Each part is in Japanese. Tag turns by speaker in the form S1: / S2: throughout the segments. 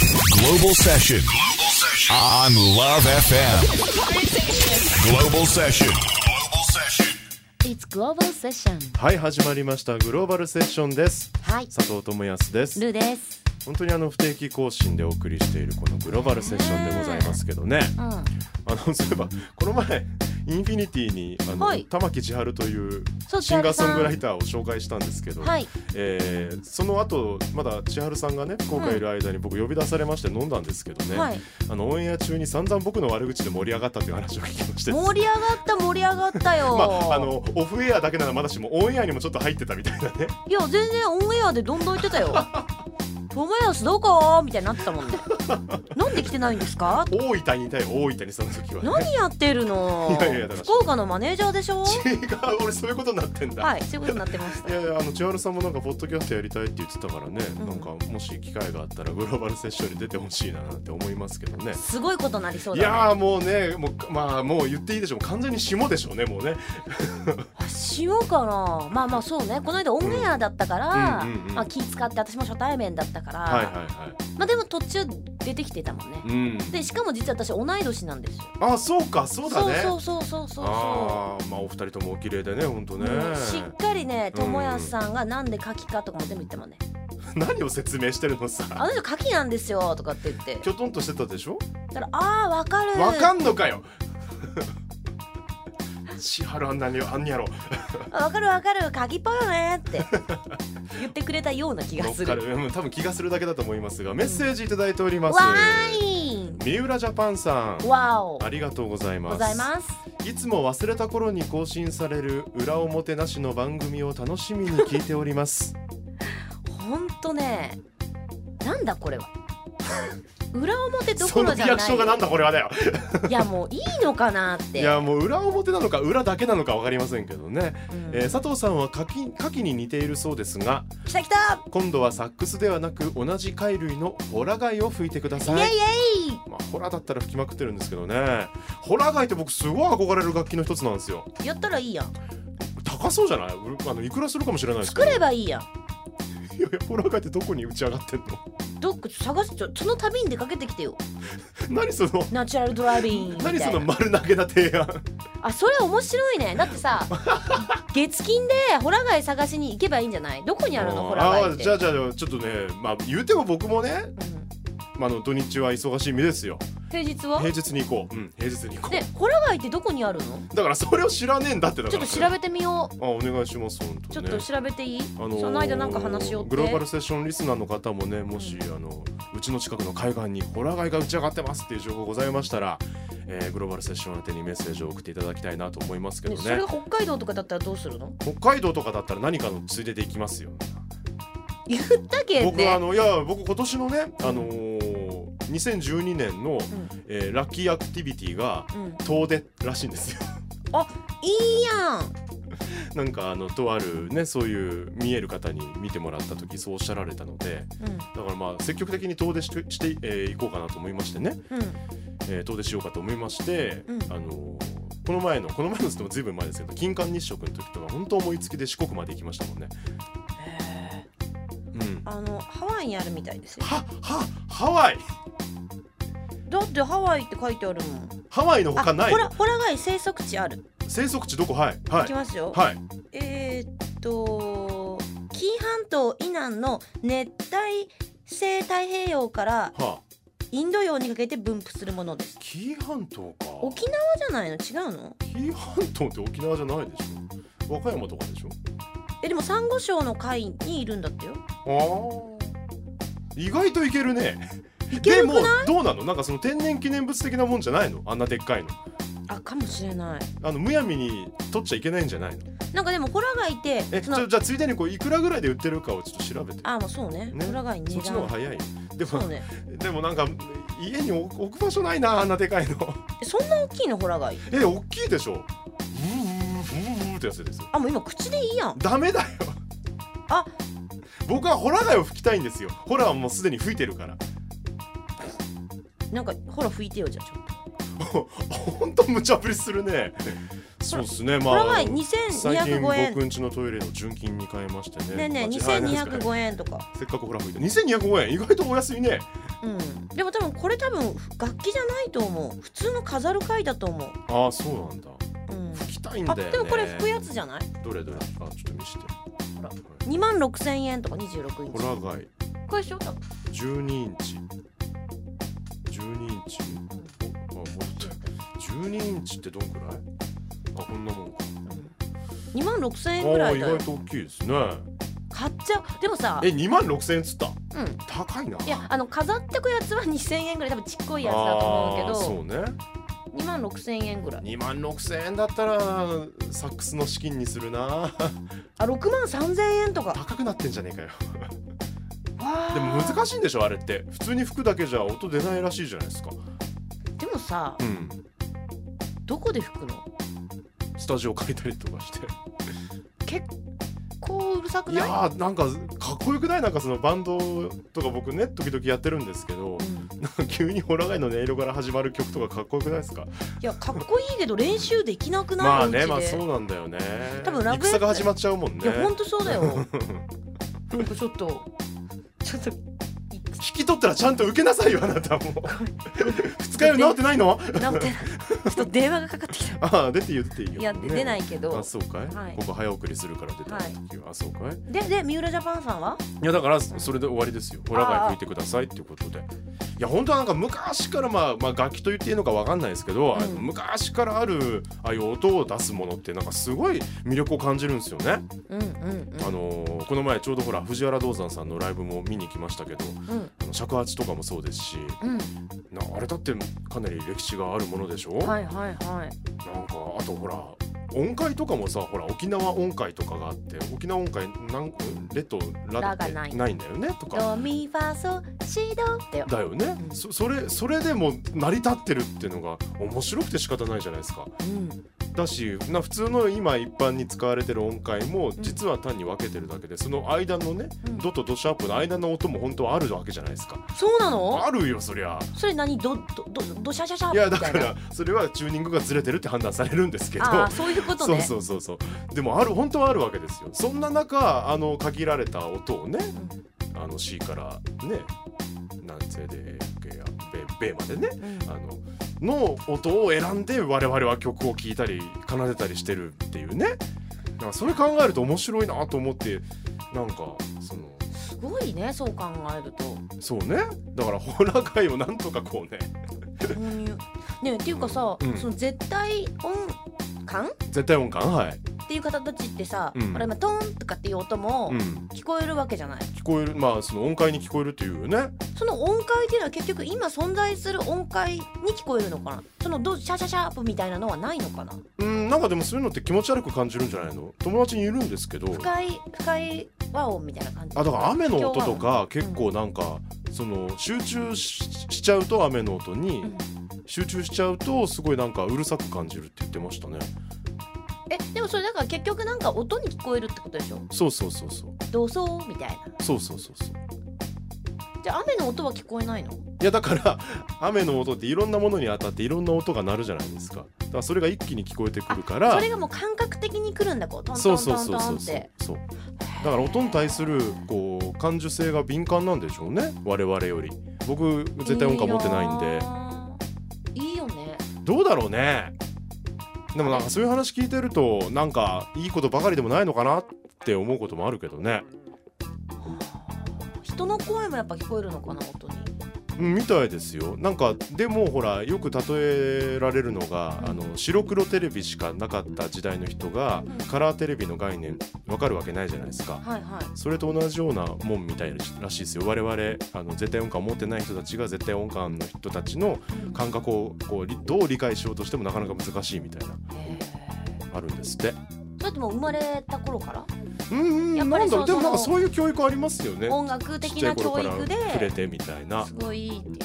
S1: Global Session. Global Session. On Love FM. Global Session. Global Session.
S2: It's Global Session
S3: はい始まりましたグローバルセッションです
S2: はい
S3: 佐藤智康です
S2: ルーです
S3: 本当にあの不定期更新でお送りしているこのグローバルセッションでございますけどね
S2: うん
S3: あのそういえばこの前インフィニティにあの、
S2: はい
S3: 玉木千春という
S2: そう
S3: シンガー
S2: 千春さ
S3: ソ
S2: ん
S3: ングライターを紹介したんですけど、
S2: はい
S3: えーその後まだ千春さんがね福岡いる間に僕呼び出されまして飲んだんですけどね、
S2: はい
S3: あのオンエア中に散々僕の悪口で盛り上がったっていう話を聞きまして
S2: 盛り上がった盛り上がったよ、
S3: まあ、あのオフエアだけならまだしもオンエアにもちょっと入ってたみたいなね
S2: いや全然オンエアでどんどん言って たよ「トガヤスどこ?」みたいになってたもんねなんで来てないんですか
S3: 大分にいたよ大分にその時は、ね、
S2: 何やってるの
S3: いやいやだから
S2: 福岡のマネージャーでしょ
S3: 違う 俺そういうことになってんだ、、
S2: はいいそういうことになってました
S3: やいやあの千春さんもなんかポッドキャストやりたいって言ってたからね、
S2: うん
S3: なんかもし機会があったらグローバルセッションに出てほしいななんて思いますけどね
S2: すごいことになりそう
S3: い
S2: だ、ね、
S3: やーもうねもうまあもう言っていいでしょう完全に霜でしょうねもうね
S2: あしようかなまあまあそうねこの間オンエアだったから、
S3: うんうんうん
S2: まあ、気使って私も初対面だったから、
S3: はいはいはい
S2: まあでも途中出てきてたもんね、
S3: うん
S2: でしかも実は私同い年なんですよ
S3: あそうかそうだね
S2: そうそうそうそうそう
S3: ああまあお二人ともお綺麗でね本当ね
S2: もうしっかりね
S3: うん
S2: 友康さんがなんで牡蠣かとかも全部言ってもんね
S3: 何を説明してる
S2: 「
S3: のさ
S2: あの人牡蠣なんですよ」とかって言って
S3: きょとんとしてたでしょ
S2: たら「あーわかる
S3: わかんのかよ 千春あんなにあんにやろ
S2: あわかるわかる牡蠣っぽいよね」って 言ってくれたような気が
S3: 乗っ
S2: す
S3: か
S2: る
S3: るうん多分気がするだけだと思いますがメッセージいただいております
S2: わーい
S3: 三浦ジャパンさん
S2: わお
S3: ありがとうございます
S2: ございます
S3: いつも忘れた頃に更新される裏表なしの番組を楽しみに聞いております
S2: ほんとねなんだこれは裏表どこ
S3: その
S2: ろじ
S3: リ
S2: ゃ
S3: アク
S2: な
S3: ションがなんだこれはだよ
S2: いいやもういいのかなっ
S3: い
S2: て
S3: やもう裏表なのか裏だけなのかわかりませんけどね、
S2: うん
S3: えー佐藤さんはカキカキに似ているそうですが
S2: 来た来た
S3: 今度はサックスではなく同じ貝類のホラ貝を吹いてください
S2: イエイイエイ
S3: まあ、ホラーだったら吹きまくってるんですけどねホラー街って僕すごい憧れる楽器の一つなんですよ
S2: やったらいいやん
S3: 高そうじゃないうあのいくらするかもしれないですけ
S2: 作
S3: ど
S2: ればいいやん
S3: いやいやホラー街ってどこに打ち上がってんの
S2: どっか探してちょその旅に出かけてきてよ
S3: 何その
S2: ナチュラルドライビングみたい
S3: 何
S2: な
S3: その丸投げな提案
S2: あそれ面白いねだって さ月金でホラガイ探しに行けばいいんじゃないどこにあるのホラガイ
S3: あ
S2: っ
S3: ー
S2: て
S3: じゃあじゃあちょっとねまあ言うても僕もね、
S2: うん
S3: まあ、あの土日は忙しい身ですよ
S2: 平日は
S3: 平日に行こううん平日に行こ
S2: でホラガイってどこにあるの
S3: うだからそれを知らねえんだってだ
S2: ち
S3: か
S2: ょっと調
S3: ら
S2: べてみよう
S3: あお願いします本
S2: ち
S3: 当
S2: ょっ
S3: ね
S2: と調べていい、
S3: あのー
S2: その間なんか話しようって
S3: グローバルセッションリスナーの方もねもし、あのうちの近くの海岸にホラ貝が打ち上がってますっていう情報ございましたら、えーグローバルセッション宛てにメッセージを送っていただきたいなと思いますけど
S2: ねそれ
S3: ね
S2: が北海道とかだったらどうするの
S3: 北海道とかだったら何かのついでで行きますよ
S2: 言ったけど
S3: 僕はあ
S2: ね
S3: のいや僕今年のねあのー2012年の、
S2: ん
S3: えーラッキーアクティビティが
S2: うん、
S3: 遠出らしいんですよ
S2: いいやん
S3: なんかあのとあるねそういう見える方に見てもらった時そうおっしゃられたのでだからまあ積極的に遠出してして、えー行こうかなと思いましてね
S2: うんうん
S3: えー遠出しようかと思いまして、
S2: うん
S3: あのーこの前のこの前のっつってもずいぶん前ですけど金環日食の時とか本当思いつきで四国まで行きましたもんね。うん、
S2: あのハワイにあるみたいですよ
S3: ははハワイ
S2: だってハワイって書いてあるもん
S3: ハワイの
S2: あ、
S3: 他ない
S2: ホラホラ貝生息地ある、
S3: 生息地どこはい
S2: い、
S3: は
S2: き
S3: い
S2: ますよ、
S3: はい
S2: えー、っと紀伊半島以南の熱帯性太平洋から
S3: はあ
S2: インド洋にかけて分布するものです
S3: 紀伊半島か
S2: 沖縄じゃないの違うの
S3: 紀伊半島って沖縄じゃないでしょ和歌山とかでしょ
S2: えでもサンゴ礁の海にいるんだってよ
S3: ああ意外といけるね
S2: け
S3: で
S2: るくな
S3: も
S2: い
S3: どうなのなんかその天然記念物的なもんじゃないのあんなでっかいの
S2: あかもしれない
S3: あのむやみに取っちゃいけないんじゃないの
S2: なんかでもホラ貝って
S3: え
S2: そ
S3: ちょ
S2: の
S3: じゃあついでにこういくらぐらいで売ってるかをちょっと調べて
S2: あまあそうね
S3: ね
S2: ホラ貝
S3: そ
S2: 値
S3: っちの方が
S2: 段
S3: 早いでも、
S2: そうね
S3: でもなんか家に置置く場所ないなあんなでかいの
S2: えそんな大きいのホラ貝
S3: え大きいでしょうーんうーんうーんってやつですよ
S2: あもう今口でいいやん
S3: ダメだよ
S2: あ
S3: 僕はホラ貝を吹きたいんですよホラはもうすでに吹いてるから
S2: なんかほら拭いてよじゃあちょっと
S3: ほんと無茶ぶりするねそうですねま
S2: これは
S3: あ最近
S2: 2205円
S3: 僕ん家のトイレの純金に変えましてね
S2: ねえねえ
S3: まあ自販機ですから
S2: 2205円とか
S3: せっかくほら吹いて2205円意外とお安いね
S2: うん、でも多分これ多分楽器じゃないと思う普通の飾る貝だと思う、
S3: ああそうなんだ
S2: うん、
S3: 吹きたいんだ
S2: あ
S3: よね
S2: でもこれ吹くやつじゃない
S3: どれどれあちょっと見して
S2: ほら
S3: こ
S2: 2万6千円とか26インチ
S3: れホラガイ
S2: これでしょ多分
S3: 12インチ12インチおあもうちょっと12インチってどんくらいあこんなもんか
S2: 2万6千円ぐ
S3: あ
S2: ら
S3: あ
S2: い
S3: 意
S2: だよ
S3: 外と大きいですね
S2: 買っちゃうでもさ
S3: え2万6000円っつった
S2: うん
S3: 高いない
S2: やあの飾ってくやつは2000円ぐらい多分ちっこいやつだと
S3: あー
S2: 思
S3: そううね
S2: けど2万6000円ぐらい
S3: 2万6000円だったらサックスの資金にす るな
S2: あ6万3000円とかわ
S3: 高くなってんじゃねえかよ
S2: あ
S3: でも難しいんでしょあれって普通に服だけじゃ音出ないらしいじゃないですか
S2: でもさ
S3: うん
S2: どこで吹くの
S3: スタジオ借りたりとかして
S2: 結構うるさく
S3: い
S2: ない
S3: やーなんかかっこよくないなんかそのバンドとか僕ね時々やってるんですけど
S2: うん
S3: なんか急にホラガイの音色から始まる曲とかかっこよくないですか
S2: いやかっこいいけど練習できなくない
S3: まあ
S2: お家
S3: ね
S2: で
S3: まあそうなんだよね
S2: 多分ラブエッセ
S3: 戦が始まっちゃうもんね
S2: いやほんとそうだよなんかちょっとちょっとい
S3: 引き取ったらちゃんと受けなさいよあな たも二日酔い治ってないの
S2: 治ってないちょっと電話がかかってきた
S3: ああ出ていいよ出ていいよ
S2: いやで出ないいけど
S3: あそうかい、
S2: はい
S3: ここ早送りするから出てない時はあそうかい
S2: でで三浦ジャパンさんはい
S3: やだからそれで終わりですよ。ホラガイ吹いてくださいっていうことで。いや本当はなんか昔からまあまあ楽器と言っていいのかわかんないですけど、あの昔からあるああいう音を出すものってなんかすごい魅力を感じるんですよね。
S2: うんうん
S3: あのーこの前ちょうどほら藤原道山さんのライブも見に行きましたけど、
S2: うん
S3: あの尺八とかもそうですし、
S2: うん
S3: なあれだってかなり歴史があるものでしょ。
S2: うんはいはいはい
S3: なんかあとほら音階とかもさほら沖縄音階とかがあって沖縄音階なんレとラって
S2: ラがない
S3: ないんだよねとか。
S2: ドミファソシドってよ、
S3: だよね、
S2: うん
S3: そそれそれでも成り立ってるっていうのが面白くて仕方ないじゃないですか
S2: うん、
S3: だしな普通の今一般に使われてる音階も実は単に分けてるだけでその間のね、
S2: うん
S3: ドとドシャープの間の音も本当はあるわけじゃないですか
S2: そうなの
S3: あるよそりゃ
S2: それ何ドドドドシャシャシャ
S3: いや
S2: み
S3: だ
S2: たい
S3: か
S2: な
S3: らそれはチューニングがずれてるって判断されるんですけど
S2: ああそういうことね
S3: そうそうそうそうでもある本当はあるわけですよそんな中あの限られた音をね、あの C からね南西でベベまでね
S2: うん
S3: あのの音を選んで我々は曲を聴いたり奏でたりしてるっていうねなんかそれ考えると面白いなと思ってなんかその
S2: すごいねそう考えると
S3: そうねだからホラー界をなんとかこうね
S2: 購入ねえっていうかさ、
S3: うん
S2: その絶対音感
S3: 絶対音感はい、
S2: っていう方たちってさ、
S3: うん
S2: あれまあトーンとかっていう音も
S3: うん、
S2: 聞こえるわけじゃない、
S3: 聞こえるまあその音階に聞こえるっていうね
S2: その音階っていうのは結局今存在する音階に聞こえるのかなそのドシャシャシャープみたいなのはないのかな
S3: うんなんかでもそういうのって気持ち悪く感じるんじゃないの友達にいるんですけど
S2: 深い深い和音みたいな感じ
S3: あだから雨の音と
S2: 不協和
S3: か結構なんか、その集中ししちゃうと雨の音に、
S2: 音うん
S3: 集中しちゃうとすごいなんかうるさく感じるって言ってましたね
S2: えでもそれだから結局なんか音に聞こえるってことでしょ
S3: そうそうそうそう
S2: 土葬みたいな
S3: そうそうそうそう
S2: じゃあ雨の音は聞こえないの
S3: いやだから 雨の音っていろんなものに当たっていろんな音が鳴るじゃないですかだからそれが一気に聞こえてくるから
S2: それがもう感覚的に来るんだこうトン
S3: そ
S2: ト
S3: う
S2: ン
S3: そう
S2: トン
S3: そ
S2: ト
S3: うそ
S2: ン
S3: う
S2: っ
S3: そう
S2: て
S3: そうだから音に対するこう感受性が敏感なんでしょうね我々より僕絶対音感持ってないんで
S2: いいよね
S3: どうだろうねでもなんかそういう話聞いてるとなんかいいことばかりでもないのかなって思うこともあるけどね
S2: 人の声もやっぱ聞こえるのかな音に
S3: うんみたいですよなんかでもほらよく例えられるのがあの白黒テレビしかなかった時代の人が
S2: うん
S3: カラーテレビの概念わかるわけないじゃないですか
S2: はいはい
S3: それと同じようなもんみたいらしいですよ我々あの絶対音感を持ってない人たちが絶対音感の人たちの感覚をこうりどう理解しようとしてもなかなか難しいみたいな
S2: へー
S3: あるんですって
S2: それってもう生まれた頃から
S3: うんう
S2: やっ
S3: ん
S2: ぱ
S3: な
S2: り
S3: んだろう
S2: そ
S3: で
S2: の
S3: もなんかそういう教育ありますよね
S2: 音楽
S3: ちっ
S2: 的
S3: ちゃ
S2: な
S3: い
S2: 教
S3: 頃から
S2: 育
S3: 触れ
S2: で
S3: てみたいなね
S2: すごいいいっていうへ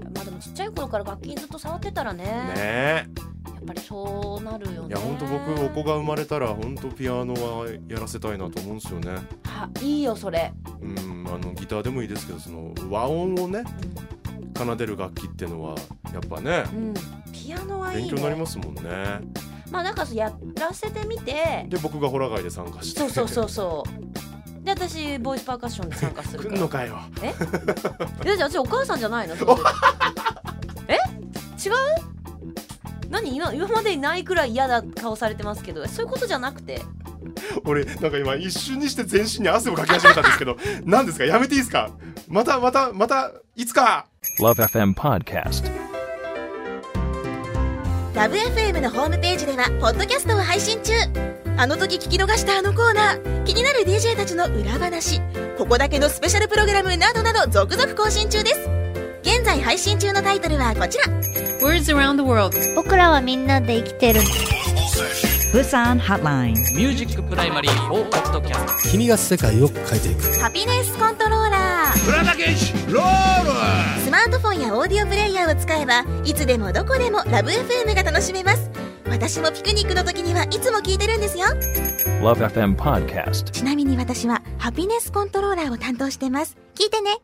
S2: ーまあでもちっちゃい頃から楽器ずっと触ってたらね
S3: え
S2: やっぱりそうなるよね
S3: いや本当僕お子が生まれたら本当ピアノはやらせたいなと思うんですよね
S2: はいいよそれ
S3: うんあのギターでもいいですけどその和音をね奏でる楽器ってのはやっぱね
S2: うんピアノはい
S3: 勉
S2: い
S3: 強になり
S2: ね
S3: ますもんね
S2: まあなんかそうやらせてみて
S3: で僕がホラガイで参加して
S2: そうそうそうそうで私ボイスパーカッションで参加する
S3: 来
S2: か
S3: ん
S2: ら
S3: のかよ
S2: えじゃあ私お母さんじゃないのその時え違う何今今までにないくらい嫌な顔されてますけどそういうことじゃなくて
S3: 俺なんか今一瞬にして全身に汗をかき始めたんですけど何ですかやめていいですかまたまたまたいつか
S4: Love FM Podcast.
S5: LoveFM のホームページではポッドキャストを配信中あの時聞き逃したあのコーナー気になる DJ たちの裏話ここだけのスペシャルプログラムなどなど続々更新中です現在配信中のタイトルはこちら
S6: Words around the world.
S7: 僕らはみんなで生きてる
S1: Global Session.
S8: Busan Hotline.
S9: Music Primary 4 Podcast.
S10: 君が世界を変えていく
S5: ハピネスコントローラースマートフォンやオーディオプレイヤーを使えばいつでもどこでも LoveFM が楽しめます私もピクニックの時にはいつも聞いてるんですよ
S4: Love FM Podcast.
S5: ちなみに私はハピネスコントローラーを担当してます聞いてね